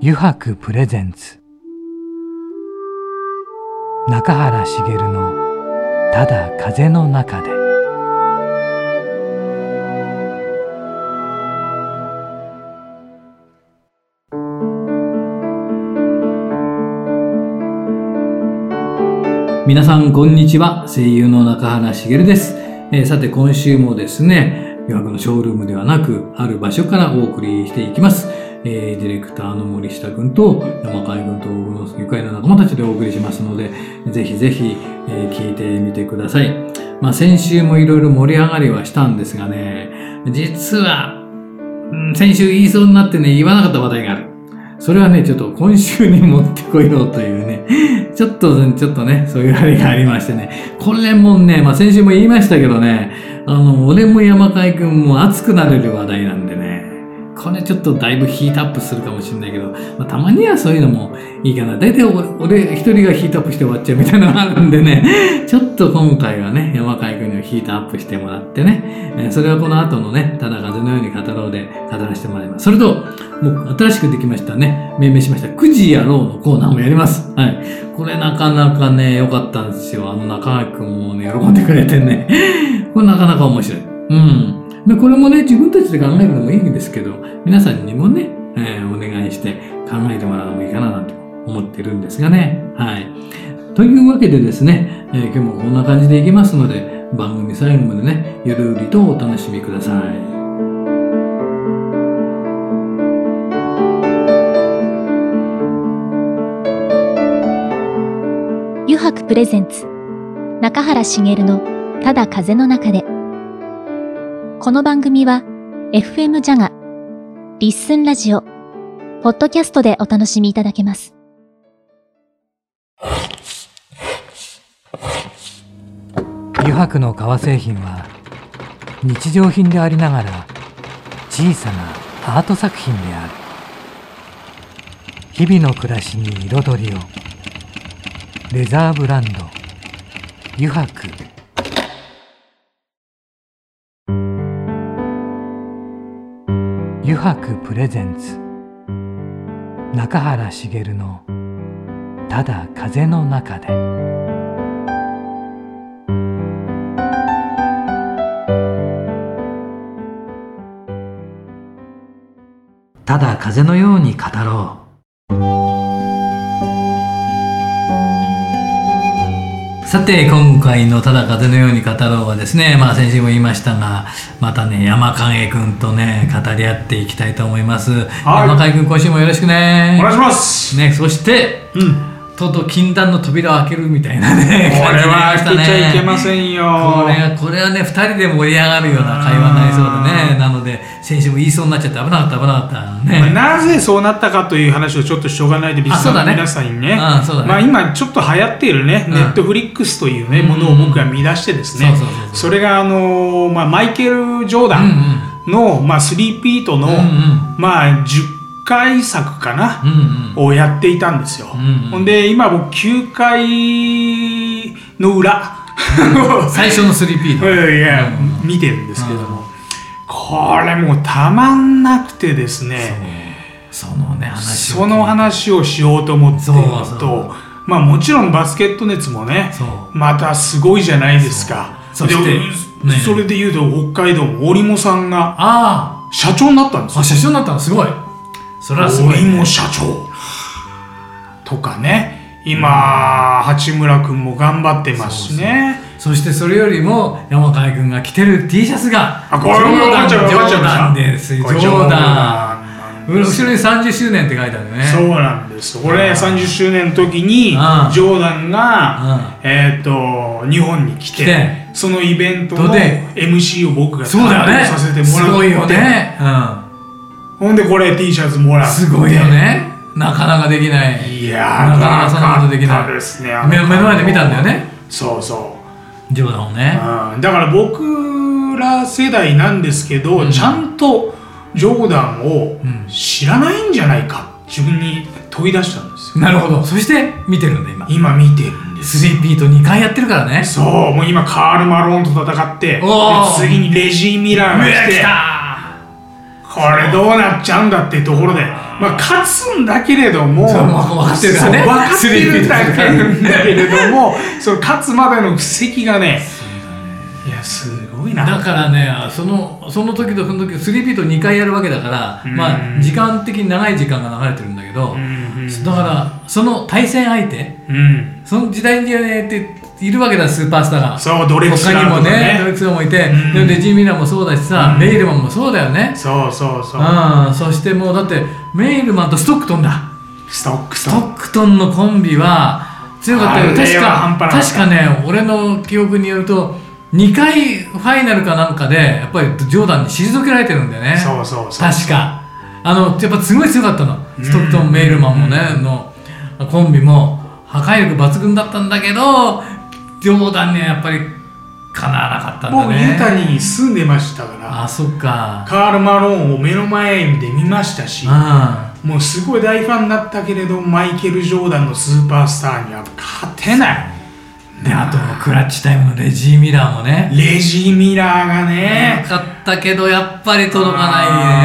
油白プレゼンツ中原茂の「ただ風の中で」皆さんこんにちは声優の中原茂です、えーさて今週もですね余白のショールームではなくある場所からお送りしていきます、えーディレクターの森下君と山海君と僕の愉快な仲間たちでお送りしますのでぜひぜひ、えー聞いてみてください、まあ、先週もいろいろ盛り上がりはしたんですがね実は、うん先週言いそうになってね言わなかった話題があるそれはねちょっと今週に持ってこようというねちょっと、ちょっとね、そういうあれがありましてね。これもね、まあ、先週も言いましたけどね、あの、俺も山海くんも熱くなれる話題なんでね。これちょっとだいぶヒートアップするかもしれないけど、まあ、たまにはそういうのもいいかな。大体俺俺一人がヒートアップして終わっちゃうみたいなのがあるんでね、ちょっと今回はね、山海くんにはヒートアップしてもらってね、えーそれはこの後のね、ただ風のように語ろうで語らせてもらいます。それと、もう新しくできましたね、命名しました、くじやろうのコーナーもやります。はい。これなかなかね、良かったんですよ。あの中川くんもね、喜んでくれてね。 これなかなか面白い。うん。で、これもね、自分たちで考えるのもいいんですけど、皆さんにもね、えーお願いして考えてもらうのもいいかななんて思ってるんですがね。はい。というわけでですね、えー今日もこんな感じでいきますので、番組最後までね、ゆるりとお楽しみください。油白プレゼンツ中原茂のただ風の中でこの番組は FM ジャガリッスンラジオポッドキャストでお楽しみいただけます油白の革製品は日常品でありながら小さなアート作品である日々の暮らしに彩りをレザーブランド油白油白プレゼンツ中原茂の「ただ風の中で」ただ風のように語ろう。さて、今回のただ風のように語ろうはですね、まあ先週も言いましたが、またね、山影くんとね、語り合っていきたいと思います。い山影くん、今週もよろしくねお。願いします、ね、そして、うん、とうとう禁断の扉を開けるみたいなね、これは感じ開になりまけしちたねゃいけませんよこれはこれはね2人で盛り上がるような会話になりそうだねなので先週も言いそうになっちゃって危なかった危なかったねなぜそうなったかという話をちょっとしょうがないでリあスそうだナーのね皆さんにねあそうだねまあ、今ちょっと流行っているね、うんネットフリックスという、ねものを僕が見出してですね、そうそうそうそうれが、あのーまあ、マイケル・ジョーダうんンの、まあ、3P の、うんうんまあ、10回作かな、うんうんをやっていたんですよ、うんうんほんで今僕9回の裏 最初の 3P のいや、うんうん見てるんですけども、これもうたまんなくてですねそうそのね話をその話をしようと思ってるのとそうそうまあもちろんバスケット熱もねそうまたすごいじゃないですかそうそしてでねそれで言うと北海道も織茂さんがあ社長になったんでーすあよ社長になったのすごいそれはすごい織ね茂社長とかね今八村君も頑張ってますしねそしてそれよりも山川君が着てる T シャツがあこれもダンちゃうジョ分かっちゃーいダンまでしすたジョこれーダンなん後ろでにす30周年って書いてあるねそうなんですこれ30周年の時にジああョーダンあがえっと日本に来来ててそのイベントのどで MC を僕がそうだよねさせてすもごいらよってねうんほんでこれ T シャツもらってすごいよね。なかなかできない。いやーなかなかそんなことできないなかったですね目目の前で見たんだよね。そうそうジョーダンをね。うんだから僕ら世代なんですけど、うんちゃんとジョーダンをん知らないんじゃないか自分に問い出したんですよなるほど。そして見てるんだ今。今見てるんですスリーピート2回やってるからね。そうもう今カール・マローンと戦ってでおー次にレジー・ミラーが来来てたこれどうなっちゃうんだっていうところで、まあ、勝つんだけれども、そうわかってるからねそうわかってるんだけれど も、その勝つまでの布石がね、いや、すごいだな。からねそのその時とその時3ピート2回やるわけだから、うんまあ時間的に長い時間が流れてるんだけど、うんだからその対戦相手うん、その時代にねっているわけだスーパースターがそう、ドレクス他ラにーもとかねドレクスラーもいて、うんでレジー・ミラーもそうだしさ、うんメイルマンもそうだよねそうそうそう、うんそしてもうだってメイルマンとストックトンだストックスストトック。ックトンのコンビは強かったよあ確れはか半端なかった確かね俺の記憶によると2回ファイナルかなんかでやっぱりジョーダンに退けられてるんだよねそうそうそう。確かあのやっぱすごい強かったのうんストックトン・メイルマンもねのコンビも破壊力抜群だったんだけどジョーダンにはやっぱりかなわなかったんだ僕、ユねタに住んでましたから、あそっかカール・マローンを目の前で見ましたし、あもうすごい大ファンだったけれどマイケル・ジョーダンのスーパースターには勝てないであとクラッチタイムのレジー・ミラーもねレジー・ミラーがねよかったけどやっぱり届かないね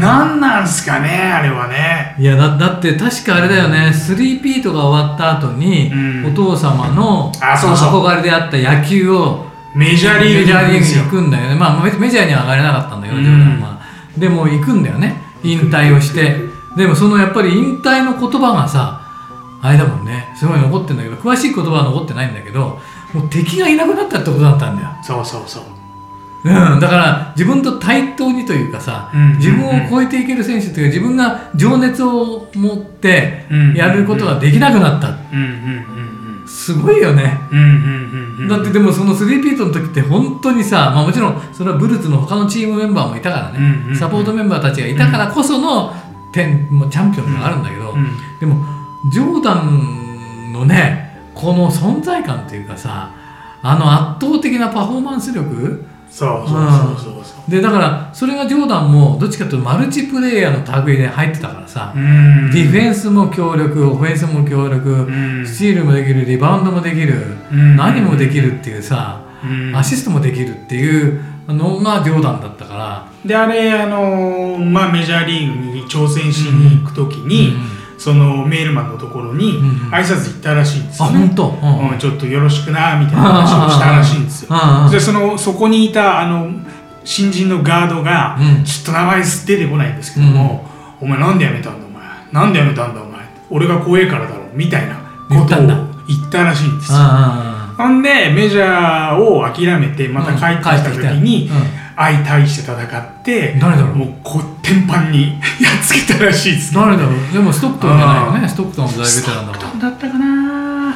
何なんすかねあれはねいやだだって確かあれだよね 3P とか終わった後に、うんお父様のあそうそう憧れであった野球をメジャーリーグメジャーリでーすよグに行くんだよね、まあ、メメジャーには上がれなかったんだよ、うんジョーダンはでも行くんだよね引退をしてでもそのやっぱり引退の言葉がさあれだもんねすごい残ってんだけど詳しい言葉は残ってないんだけどもう敵がいなくなったってことだったんだよそうそうそううん、だから自分と対等にというかさ、うん自分を超えていける選手というか自分が情熱を持ってうんやることができなくなった、うんうんすごいよね、うんうんうんうんうんだってでもその3ピートの時って本当にさ、まあ、もちろんそれはブルーツの他のチームメンバーもいたからね、うんうんサポートメンバーたちがいたからこその点もうチャンピオンがあるんだけど、うんでもジョーダンのねこの存在感というかさあの圧倒的なパフォーマンス力そうそうそうそうそでだからそれがジョーダンもどっちかというとマルチプレイヤーの類で入ってたからさ、ううんディフェンスも強力オフェンスも強力、んスチールもできるリバウンドもできる、うん何もできるっていうさ、うんアシストもできるっていうのがジョーダンだったから、であれあのーまあメジャーリーグに挑戦しに行くときに、そのメールマンのとこころにうん挨拶行ったらしいんですあよ、本当、うんうんちょっとよろしくなみたいな話をしたらしいんですようんうんでそのそこにいたあの新人のガードが、うんちょっと名前出てこないんですけども、お前なんで辞めたんだお前なんで辞めたんだお前俺が怖えからだろみたいな言こったとんをだ言ったらしいんですよあほんでメジャーを諦めてまた帰ってきた時に、うん帰ってき相対して戦って誰だろうもうこう天板に やっつけたらしいですー誰だろうでもストックトンじゃないよあねストックトンも大ベステトランッだクかトらンだったかな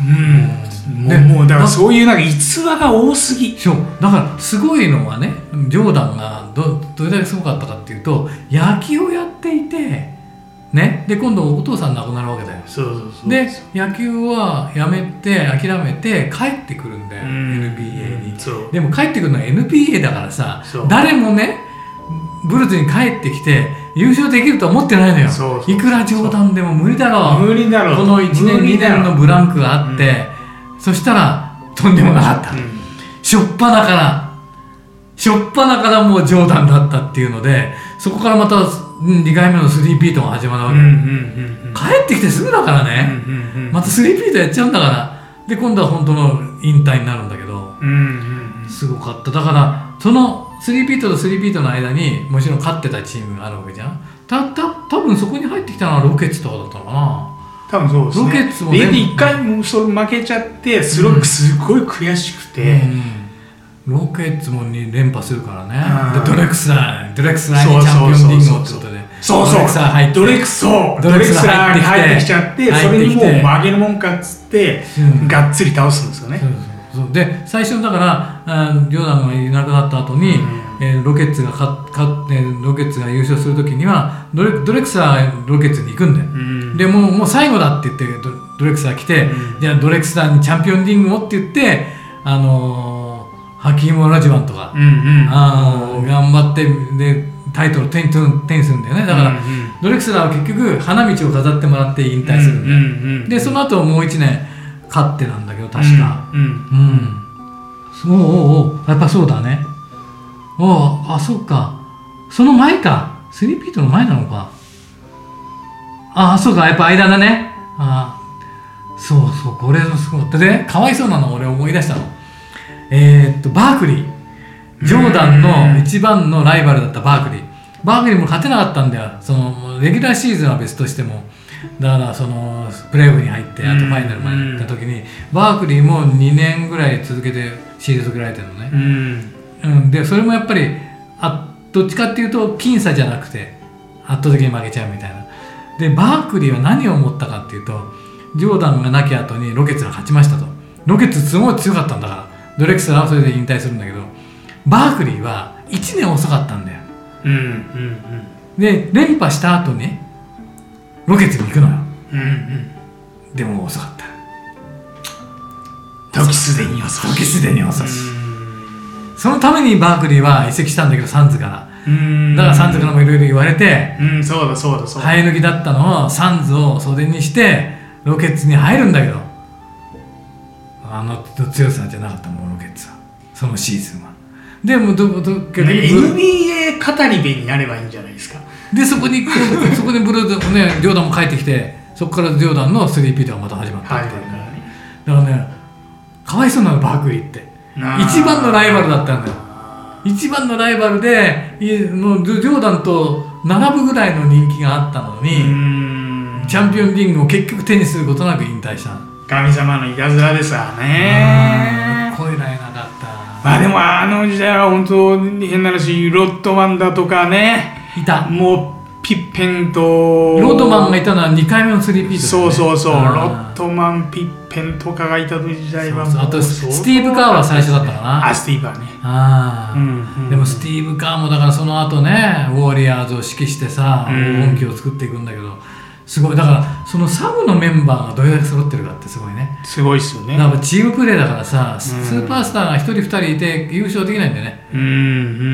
うん、もねうもうだかならそういうなんか逸話が多すぎそうだからすごいのはねジョーダンがどどれだけすごかったかっていうと野球をやっていてねで今度お父さん亡くなるわけだよそうそうそうで野球はやめて諦めて帰ってくるんだようん NBA にそうでも帰ってくるのは NBA だからさそう誰もねブルーズに帰ってきて優勝できるとは思ってないのよそうそういくらジョーダンでも無理だろう無理だろうこの1年無理2だろ年うのブランクがあって、そしたらとんでもなかった、うんしょっぱなからしょっぱなからもう冗談だったっていうのでそこからまた2回目の3ピートが始まるわうけ、んうん帰ってきてすぐだからうんね、うんうんまた3ピートやっちゃうんだからで今度は本当の引退になるんだけどうんうんすごかっただからその3ピートと3ピートの間にもちろん勝ってたチームがあるわけじゃんたた多分そこに入ってきたのはロケッツとかだったのかな多分そうですねロケッツもねで一回もうそれ負けちゃってすごうんくすごい悔しくて、うん、ロケッツもに連覇するからねうんでドレクスラードレクスラーそにうチャそンうピオンリそうングそをうってそこうとでそうドレクスラー入ってドレクそうドレドクレクススララーー入ってきてに入ってきちゃってそれにもう入ってきて曲げるもんかっつって、うんがっつり倒すんですよね、そうそうで最初だからあージョーダンがいなくなった後に、うんえーロケッツが勝勝ってロケッツが優勝する時にはドレドレクスラーがロケッツに行くんだよ、うんでもうもう最後だって言ってドドレクサー来て、うんじゃあドレクサーにチャンピオンリングをって言って、あのーハキーム・ラジワンとか、うんうんあー頑張ってでタイトルを手に取る手にするんだよねだから、うんうんドレクサーは結局花道を飾ってもらって引退するんだよ、でその後もう1年勝ってなんだけど確か。うんうんうん。そうおうおうやっぱそうだね。おうあ、そうか。その前か。スリーピートの前なのか。ああ、そうか。やっぱ間だね。ああ。そうそう。これもすごかった。で、かわいそうなの俺思い出したの。えーっと、バークリー。ジョーダンの一番のライバルだったバークリー。バークリーも勝てなかったんだよ。その、レギュラーシーズンは別としても。だから、その、プレーオフに入って、あとファイナルまで行った時に、バークリーも2年ぐらい続けてシーズン受けられてるのね。うん。うん、でそれもやっぱりあどっちかっていうと僅差じゃなくて圧倒的に負けちゃうみたいなでバークリーは何を思ったかっていうとジョーダンがなき後にロケッツが勝ちましたとロケッツすごい強かったんだからドレクスラはそれで引退するんだけどバークリーは1年遅かったんだようん。うん。で連覇した後ねロケッツに行くのようん。うん。でも遅かった時すでに遅し時すでに遅しそのためにバークリーは移籍したんだけどサンズからうん。だからサンズからの。もいろいろ言われて、うん、そうだそうだそうだ。生え抜きだったのをサンズを袖にしてロケッツに入るんだけどあの強さじゃなかったもんロケッツはそのシーズンはでもうどど結局 NBA 語り部になればいいんじゃないですか。でそこに こうそこでブルーズねジョーダンも帰ってきてそこからジョーダンの 3P とがまた始まったはいみたいな、だからねかわいそうなのバークリーって一番のライバルだったんだよ一番のライバルでいもうジョーダンと並ぶぐらいの人気があったのに、うん。チャンピオンリングを結局手にすることなく引退したの神様のいたずらですわあねー。声らえなかったまあでもあの時代は本当に変な話、ロットマンだとかね、いたもうピッペンと。ロードマンがいたのは2回目の 3P だったねそうそうそう、ロんットマン、ピッペンとかがいた時代はそうそうあとススティーブ・カーは最初だったかなあ、スティーブはね。あーうんうんでもスティーブ・カーもだからその後ねウォリアーズを指揮してさう黄金ん期を作っていくんだけどすごいだからそのサブのメンバーがどれだけ揃ってるかってすごいねすごいっすよね。なんかチームプレーだからさスうんスーパースターが1人2人いて優勝できないんだよねうんう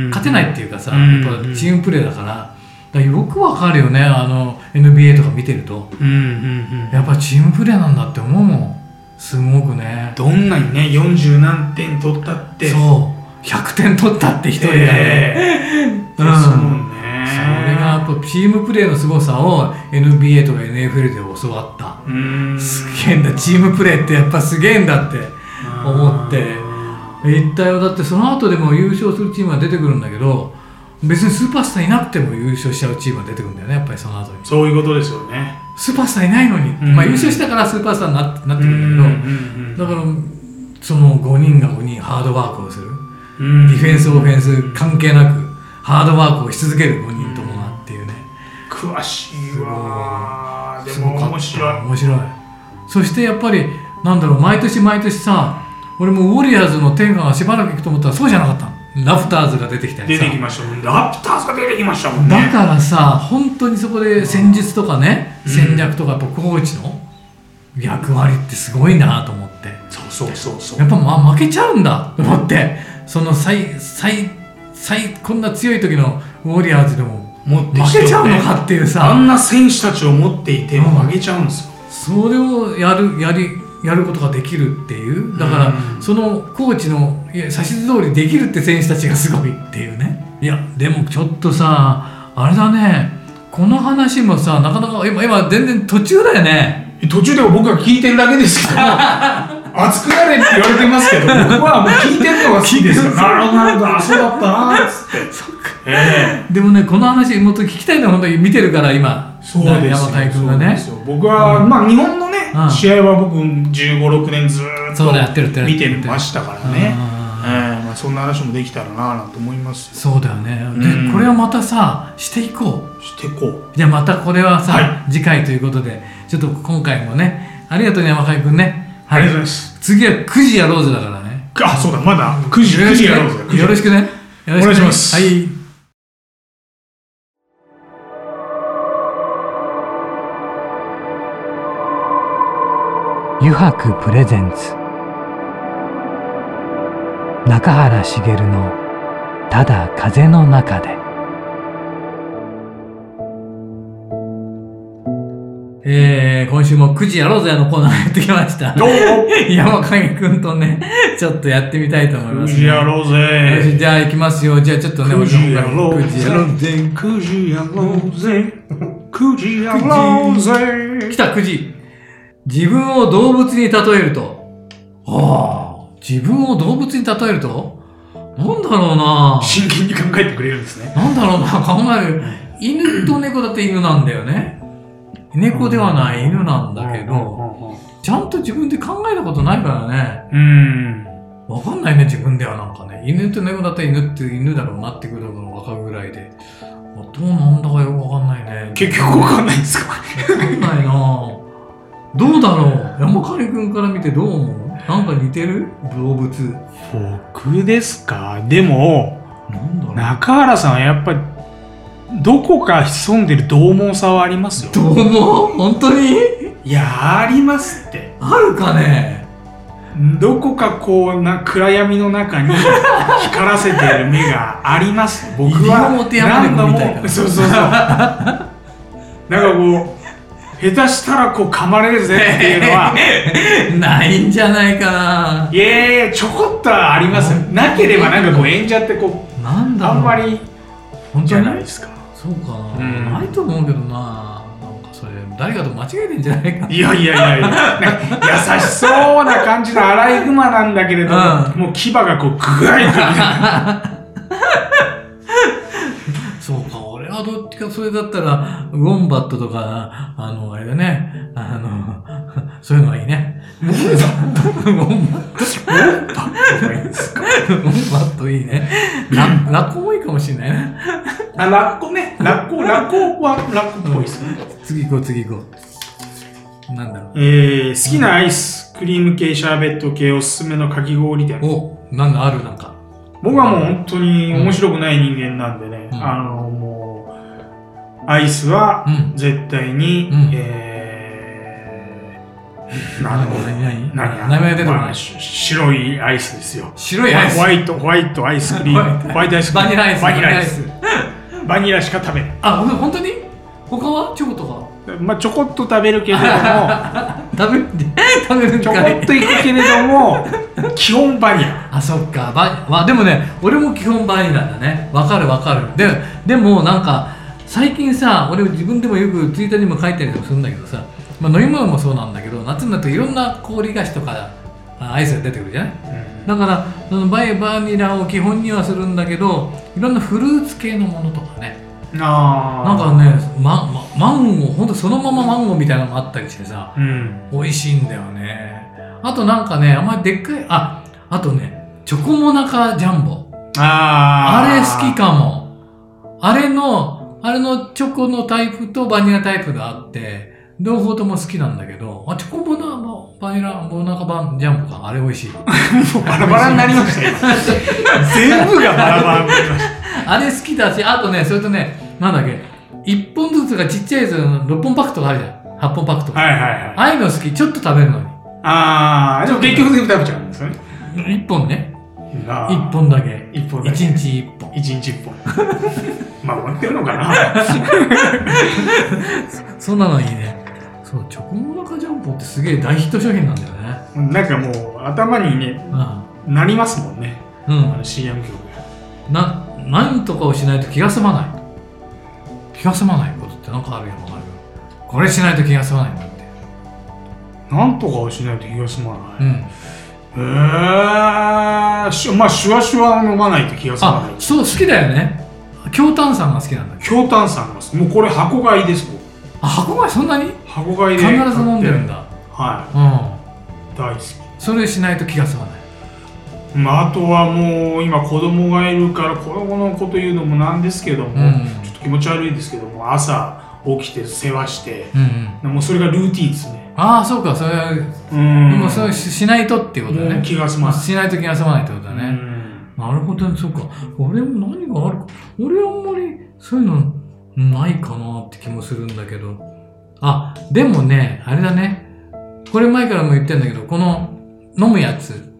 ん勝てないっていうかさ、うんやっぱチームプレーだから、だからよくわかるよね、あの NBA とか見てると、うんうんうんやっぱチームプレーなんだって思うもん、すごくね。どんなにね40何点取ったってそう、100点取ったって一人で、ええうんですもんねそれがやっぱチームプレーの凄さを NBA とか NFL で教わった。うんすげえんだ、チームプレーってやっぱすげえんだって思って。一体はだってその後でも優勝するチームは出てくるんだけど別にスーパースターいなくても優勝しちゃうチームは出てくるんだよねやっぱりその後にそういうことですよねスーパースターいないのに、うんまあ優勝したからスーパースターになってなってくるんだけんど、だからその5人が5人ハードワークをする、うんディフェンスオフェンス関係なくハードワークをし続ける5人ともがっていうね、詳しいわですごもかった面白い面白いそしてやっぱりなんだろう毎年毎年さ俺もウォリアーズの天下がしばらく行くと思ったらそうじゃなかったのラフターズが出てきたり出さてきましたもんねラプターズが出てきましたもんねだからさ本当にそこで戦術とかね、うん戦略とかやっぱコーチの役割ってすごいなと思ってそうそうそうそうやっぱまあ負けちゃうんだと思ってその最最最こんな強い時のウォリアーズでも持ってき負てけちゃうのかっていうあさんな選手たちを持っていてうん負けちゃうんですよそれをやるやりやることができるっていうだから、うんそのコーチのいや指図通りできるって選手たちがすごいっていうねいやでもちょっとさあれだねこの話もさなかなか今今全然途中だよね途中でも僕は聞いてるだけで すけど熱くなれって言われてますけど僕はもう聞いてるのが好きです からなるほどなるほどあそうだったなっつってえでもねこの話もっと聞きたいのは本当に見てるから今えそうですよ山田井君がねそうですよ僕は、まあ日本のね、うん試合は僕1 5 6年ずーっそうだやってるやってとる見てましたからねうんええまあ、そんな話もできたらなあなんて思いますよそうだよね、うんでこれをまたさしていこうしてこうじゃあまたこれはさ、は次回ということでちょっと今回もねありがとうね山上くんね、ありがとうございます次は9時やろうぜだからねあそうだまだ9時9時やろうぜ9時よろしくねよろくねお願いしますはい湯泊プレゼンツ中原茂の「ただ風の中で」ええー今週も9時やろうぜのコーナーやってきました。どう山影くんとね、ちょっとやってみたいと思いくます、じね。やろうよしぜ。じゃあ行きますよ。じゃあちょっとね、くじや俺の方ろからうもくじやろうぜ。くじやろうぜ。くじやろう来ぜ。た、9時。自分を動物に例えると。ああ。自分を動物に例えるとなんだろうな真剣に考えてくれるんですね。なんだろうな考える。犬と猫だって犬なんだよね。猫ではない犬なんだけど、ちゃんと自分で考えたことないからね。うん。わかんないね、自分ではなんかね。犬と猫だったら犬って犬だろうなってくるのがわかるぐらいで。どうなんだかよくわかんないね。結局わかんないんですかわかんないなぁどうだろう山狩くんから見てどう思うなんか似てる動物。僕ですかでも、なんだろう中原さんはやっぱり、どこか潜んでる獰猛さはありますよ。どうも本当にいや、ありますって。あるかねどこかこうな暗闇の中に光らせている目があり ます。僕西は表山猫みたいな何度もそうそうそう。なんかこう下手したらこう噛まれるぜっていうの は、ないんじゃないかないやいやちょこっとはありますよ。なければなんかこう演者ってこうなんだろあうんまり本じ当ゃにないですか。そうかな、うんないと思うけどななんかそれ、誰かと間違えてんじゃない かいやいやいやいや、なんか優しそうな感じのアライグマなんだけれども、うんもう牙がこうぐわいとそうか、俺はどっちかそれだったら、ウォンバットとか、あの、あれだね、あの、そういうのがいいね。ウォンバットウォンバットウォンバットいいね。ララッコもいいかもしれないね。あラッコね、ラッコラッコはラッコっぽいですね。次行こう、次行こう。なんだろえー、好きなアイスクリーム系シャーベット系おすすめのかき氷店う。お、なんだあるなんか。僕はもう本当に面白くない人間なんでね、うんあのもうアイスはうん。絶対に、うんえー、なんだろう何何何名前出てこないまあし白いアイスですよ白いアイスホ。ワイトホワイトアイスクリームホワイトアイスクリームバニラアイスバニラアイスバニラしか食べないあ、ほん本当に他はチョコとかまあちょこっと食べるけれ ども食べるんで、 食べるんちょこかいっといくけれども基本バニラ あそっかバまあでもね俺も基本バニラだねわかるわかるででもなんか最近さ俺自分でもよくツイッターにも書いたりとかするんだけどさ、まあ、飲み物もそうなんだけど夏になるといろんな氷菓子とかあアイスが出てくるじゃないだからそのバイバニラを基本にはするんだけどいろんなフルーツ系のものとかねあなんかね、まま、マンゴーほんとそのままマンゴーみたいなのもあったりしてさうん美味しいんだよねあとなんかねあんまりでっかいああとねチョコモナカジャンボああれー好きかもあれのあれのチョコのタイプとバニラタイプがあって両方とも好きなんだけどあチョコモナバニラモナカバンジャンボかあれ美 味しいバラバラになりましたよ 全部がバラバラになりましあれ好きだしあとねそれとねなんだっけ1本ずつがちっちゃいやつの6本パックとかあるじゃん8本パックとたか、はいはいはいああいうの好きちょっと食べるのにああでも結局全部食べちゃうんですよね1本ねあー1本だけ一本1だけ日1本一日 一本まあ終わってるのかなそんなのいいねそうチョコモナカジャンボってすげえ大ヒット商品なんだよねなんかもう頭にねうなりますもんねん、うあん、の CM 曲な何とかをしないと気が済まない気が済まないことってなんかあるよあるよこれしないと気が済まないんだってがなんとかをしないと気が済まなういんへえしまあシュワシュワ飲まないと気が済まなあいそう好きだよね強炭酸が好きなんだけど強炭酸がもうこれ箱買いです僕あ箱がそんなに箱買いで必ず買って飲んでるんだはうんい大好きそれしないと気が済まないまあ、あとはもう今子供がいるから子供のこと言うのもなんですけども、うんちょっと気持ち悪いですけども朝起きて世話してうんうんもうそれがルーティンですねああそうかそれは、うんもうそれししないとっていうことだもうね気が済まないしないと気が済まないってことだね、うんなるほどね、そうか。俺も何があるか。俺あんまりそういうのないかなって気もするんだけど。あ、でもね、あれだね。これ前からも言ってんだけど、この飲むやつ。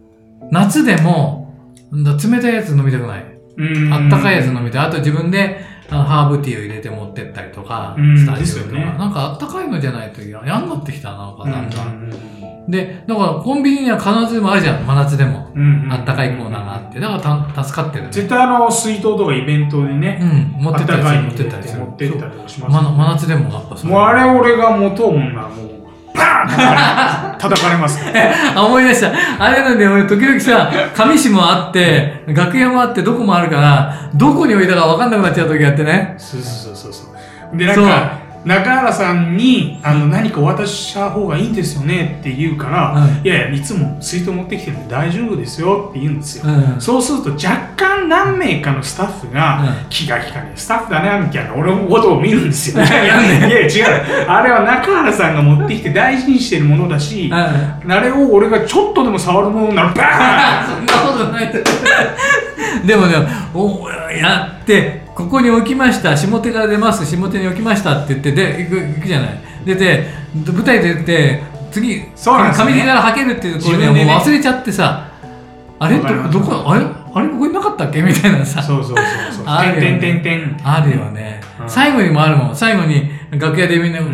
夏でも、なんだ冷たいやつ飲みたくない。うんあったかいやつ飲みたい。あと自分であのハーブティーを入れて持ってったりとか、うんスタジオとですか、よねなんかあったかいのじゃないとややんなってきたな、なんか、なんうか。んで、だからコンビニには必ずでもあるじゃん、真夏でも。うんうんあったかいコーナーがあって、だからた助かってる、ね。絶対あの、水筒とかイベントでね、うん、持ってったりする、持持っっててっったたりりすするる。持ってったりとかしそうますまね、な真夏でもやっぱそもうあれ俺が持とうもんならもう、バーン叩かれますから。あ、思い出した。あれなんで俺時々さ、上市もあって、楽屋もあって、どこもあるから、どこに置いたか分かんなくなっちゃう時があってね。そうそうそうそう。で、なんか、中原さんにあの何かお渡しした方がいいんですよねって言うから、うんいやいや、いつも水筒持ってきてるんで大丈夫ですよって言うんですよ。うん。そうすると若干何名かのスタッフが、う気が利かねえスタッフだねみたいな俺のことを見るんですよ。いやいや違う。あれは中原さんが持ってきて大事にしてるものだし、ああれを俺がちょっとでも触るものならバーン あ、そんなことない。でもね、おやって、ここに置きました、下手から出ます、下手に置きましたって言って、で、行く行くじゃない。出て、舞台出て、次、そうなんですよね上手からはけるっていうところで、自分でねもう忘れちゃってさ、あれどわかりますどこ、あれあれここになかったっけみたいなさ。そうそうそうそう。あるよてんねてんてんてん。あるよね、うん最後にもあるもん最後に楽屋でみんなこんうん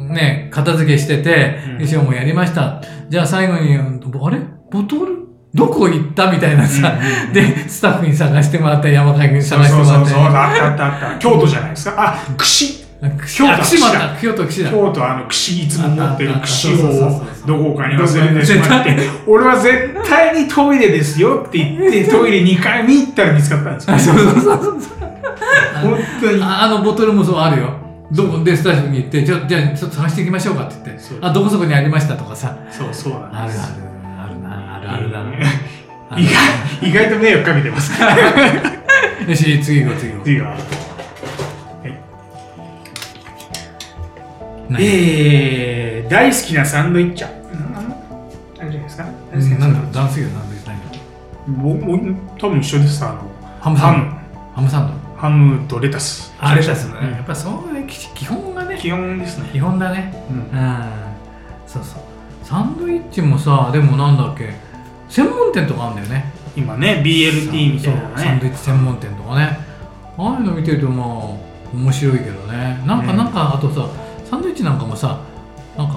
うんの、ね片付けしててうん衣装もやりましたじゃあ最後にあれボトルどこ行ったみたいなさ、うんうんでスタッフに探してもらったり山上にそう探してそうもそらうっそう。たあったあったあった。京都じゃないですか。あ、串。り京都あ串もあった京都串だ京都あの串いつも持ってる串をあったあったそうそうそうそうどこかに忘れてしまって俺は絶対にトイレですよって言ってトイレ2回見行ったら見つかったんですよあそうそうそうそう本当にああのボトルもそうあるよどこでスタッフに行ってじゃあじゃあちょっと探していきましょうかって言ってそうあどこそこにありましたとかさそうそうなんあでるすあるあるなあるあるだなある意外意外と迷惑かけてますからよし、次行こう、次行こ次はう。ええー、大好きなサンドイッチャーあれじゃないですか大好きなサなンんドだイろッう、ダンスチ業なんだけど、ャーもも多分一緒ですあのハムサハンムド。ハムサンド。ハムとレタスあれですね。うんやっぱそうね、基基本がね、基本ですね基本だね。うんうん。そうそう。サンドイッチもさ、でもなんだっけ、専門店とかあるんだよね。今ね BLT みたいなそうサンドイねッチ専門店とかね。ああいうの見てると、まあ、面白いけどね。なんか、うんなんか、あとさ、サンドイッチなんかもさ、なんか、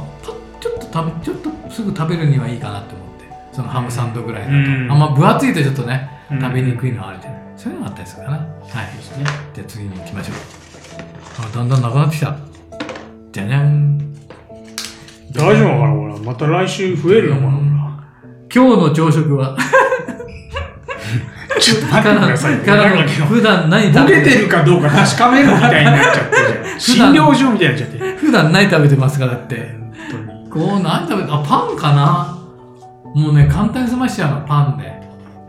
パッちょっと食べ、ちょっとすぐ食べるにはいいかなって思って。そのハムサンドぐらいだと。うんあんま分厚いとちょっとね。うん食べにくいのはあるじゃない、そういうのがあったりするかなはいですねじゃあ次に行きましょうあだんだんなくなってきたじゃじゃん大丈夫かなほらまた来週増えるのかなうんほ今日の朝食はらちょっと待かってくだらさいねからなのんか今日普段何ボ食べケててるかどうか確かめるみたいになっち ゃってる普診段療所みたいになっちゃってる普段何食べてますかだって本当にこう何食べてあパンかなもうね簡単に済ましちゃうのパンで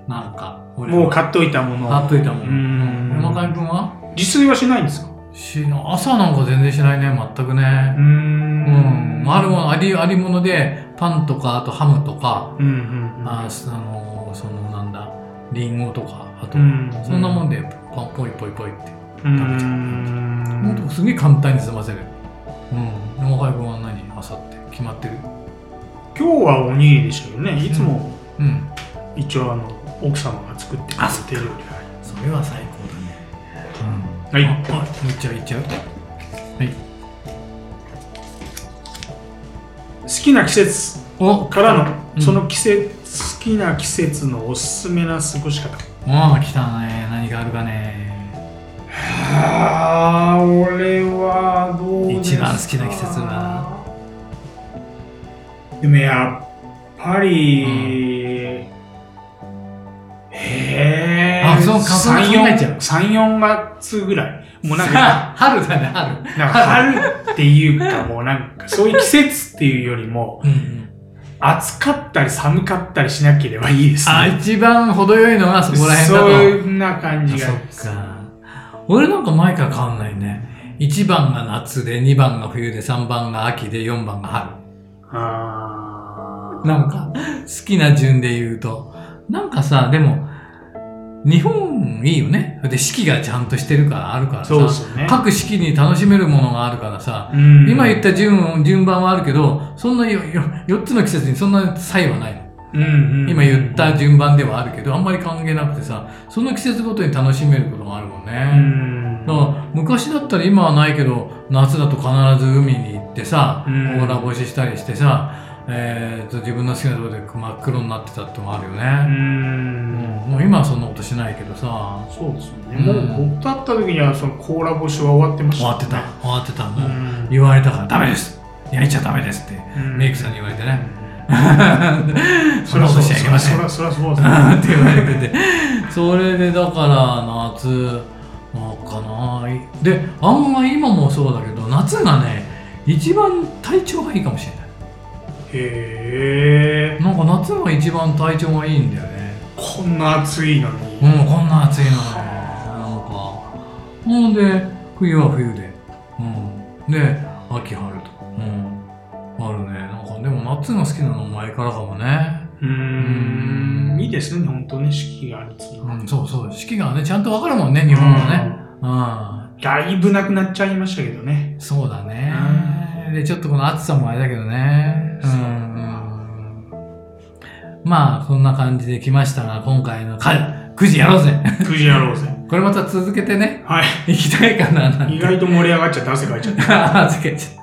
なんか俺はもう買っといたもの買っといたもんううんん山上君は自炊はしないんですかしな朝なんか全然しないね全くね、うーんうん、あるものありありものでパンとかあとハムとか、うんうんうんあすあのーそのなんだリンゴとかあと、うんそんなもんでパンポイポイポイって、うー食べちゃほんんとすげえ簡単に済ませるうん山川君は何朝って決まってる今日はおにぎりでしたけどねいつもうん一応あの奥様が作ってくあそっかれてる料それは最高だ理ねはああもういっちゃういっちゃうはいい好きな季節おからうのんその季節好きな季節のおすすめな過ごし方ああ来たね何があるかねああ、俺はどうです一か番好きな季節はでもやっぱり、へえあそうかそう考えちゃう34月ぐらいもうなんか春だね春なんか春っていうかもうなんかそういう季節っていうよりもうんうん暑かったり寒かったりしなければいいですあね一番程よいのがそこら辺だとそんな感じがあそっか俺なんか前から変わんないね1番が夏で2番が冬で3番が秋で4番が春あーなんか好きな順で言うとなんかさでも日本いいよねで四季がちゃんとしてるからあるからさそうですよね各四季に楽しめるものがあるからさうん今言った順順番はあるけどそんなよよ4つの季節にそんな差異はないのうんうんうん今言った順番ではあるけどあんまり関係なくてさその季節ごとに楽しめることもあるもんうね、んだから昔だったら今はないけど夏だと必ず海に行ってさうオんーラ干ししたりしてさ、えー、と自分の好きなところで真っ黒になってたってのもあるようね、んもう今はそんなことしないけどさそうですよね、うんもう僕と会った時にはそのコーラ干しは終わってまし終た、ね、わってた終わってたもう、うん言われたから「ダメです焼いちゃダメです」ってうんメイクさんに言われてね「そそんりなゃことそうしちゃいけません」そりゃそうですあーって言われててそれでだから夏のかないであんま今もそうだけど夏がね一番体調がいいかもしれないへえなんか夏が一番体調がいいんだよねこんな暑いのに、うんこんな暑いのねなんかなので冬は冬でうんで秋春とうんあるねなんかでも夏が好きなのは前からかもねうーうんんいいですね本当ね四季があるっていうのうは、んそうそう四季がねちゃんとわかるもんね日本はねうんだいぶなくなっちゃいましたけどねそうだね。で、ちょっとこの暑さもあれだけどね。うんうんまあ、こんな感じで来ましたが、今回の回、9時やろうぜくじやろうぜこれまた続けて ね、はい行きたいかな、なんて。意外と盛り上がっちゃって汗かいちゃったあーつけちゃ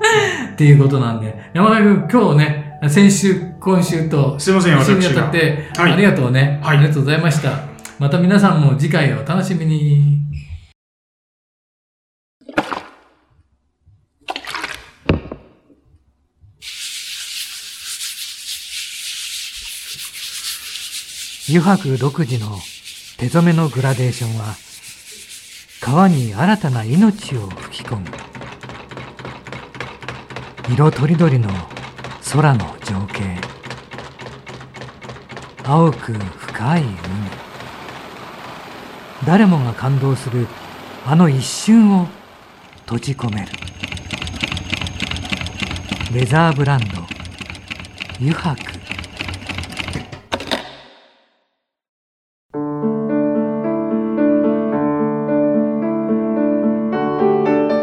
ったっていうことなんで。山田君、今日ね、先週、今週と、すいません一私緒にあたがって、はいありがとうね、はいありがとうございました。また皆さんも次回を楽しみに。湯白独自の手染めのグラデーションは川に新たな命を吹き込む色とりどりの空の情景青く深い海誰もが感動するあの一瞬を閉じ込めるレザーブランド湯白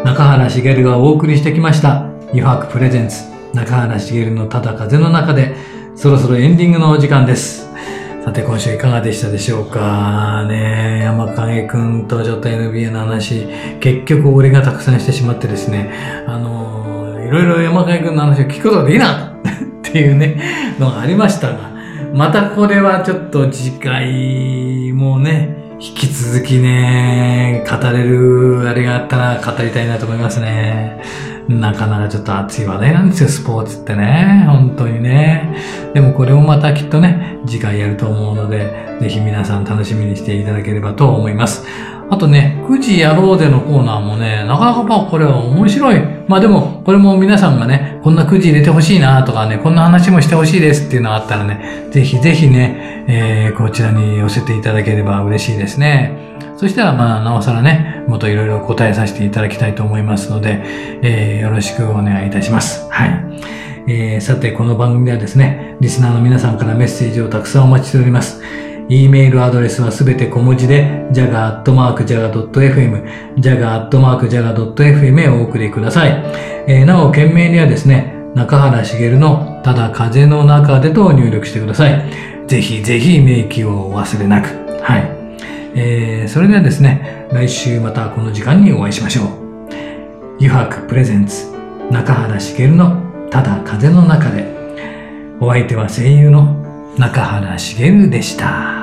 中原茂がお送りしてきました「余白プレゼンツ中原茂のただ風の中で」そろそろエンディングのお時間ですさて今週いかがでしたでしょうかねえ山影くんとちょっと NBA の話結局俺がたくさんしてしまってですねあのーいろいろ山影くんの話を聞くことができなかったっていうねのがありましたがまたこれはちょっと次回もね引き続きね、語れるあれがあったら語りたいなと思いますね。なかなかちょっと熱い話題なんですよ、スポーツってね。本当にね。でもこれをまたきっとね、次回やると思うので、ぜひ皆さん楽しみにしていただければと思います。あとね、9時やろうでのコーナーもね、なかなかまあこれは面白い。まあでも、これも皆さんがね、こんな9時入れてほしいなとかね、こんな話もしてほしいですっていうのがあったらね、ぜひぜひね、えーこちらに寄せていただければ嬉しいですね。そしたら、まあ、なおさらね、もっといろいろ答えさせていただきたいと思いますので、えーよろしくお願いいたします。はい。えーさて、この番組ではですね、リスナーの皆さんからメッセージをたくさんお待ちしております。e メールアドレスはすべて小文字で、jaga.jaga.fm、jaga.jaga.fm へお送りください。えーなお、件名にはですね、中原茂のただ風の中でと入力してください。ぜひぜひ名記をお忘れなく。はい。えーそれではですね、来週またこの時間にお会いしましょう。湯白プレゼンツ中原茂のただ風の中でお相手は声優の中原茂でした。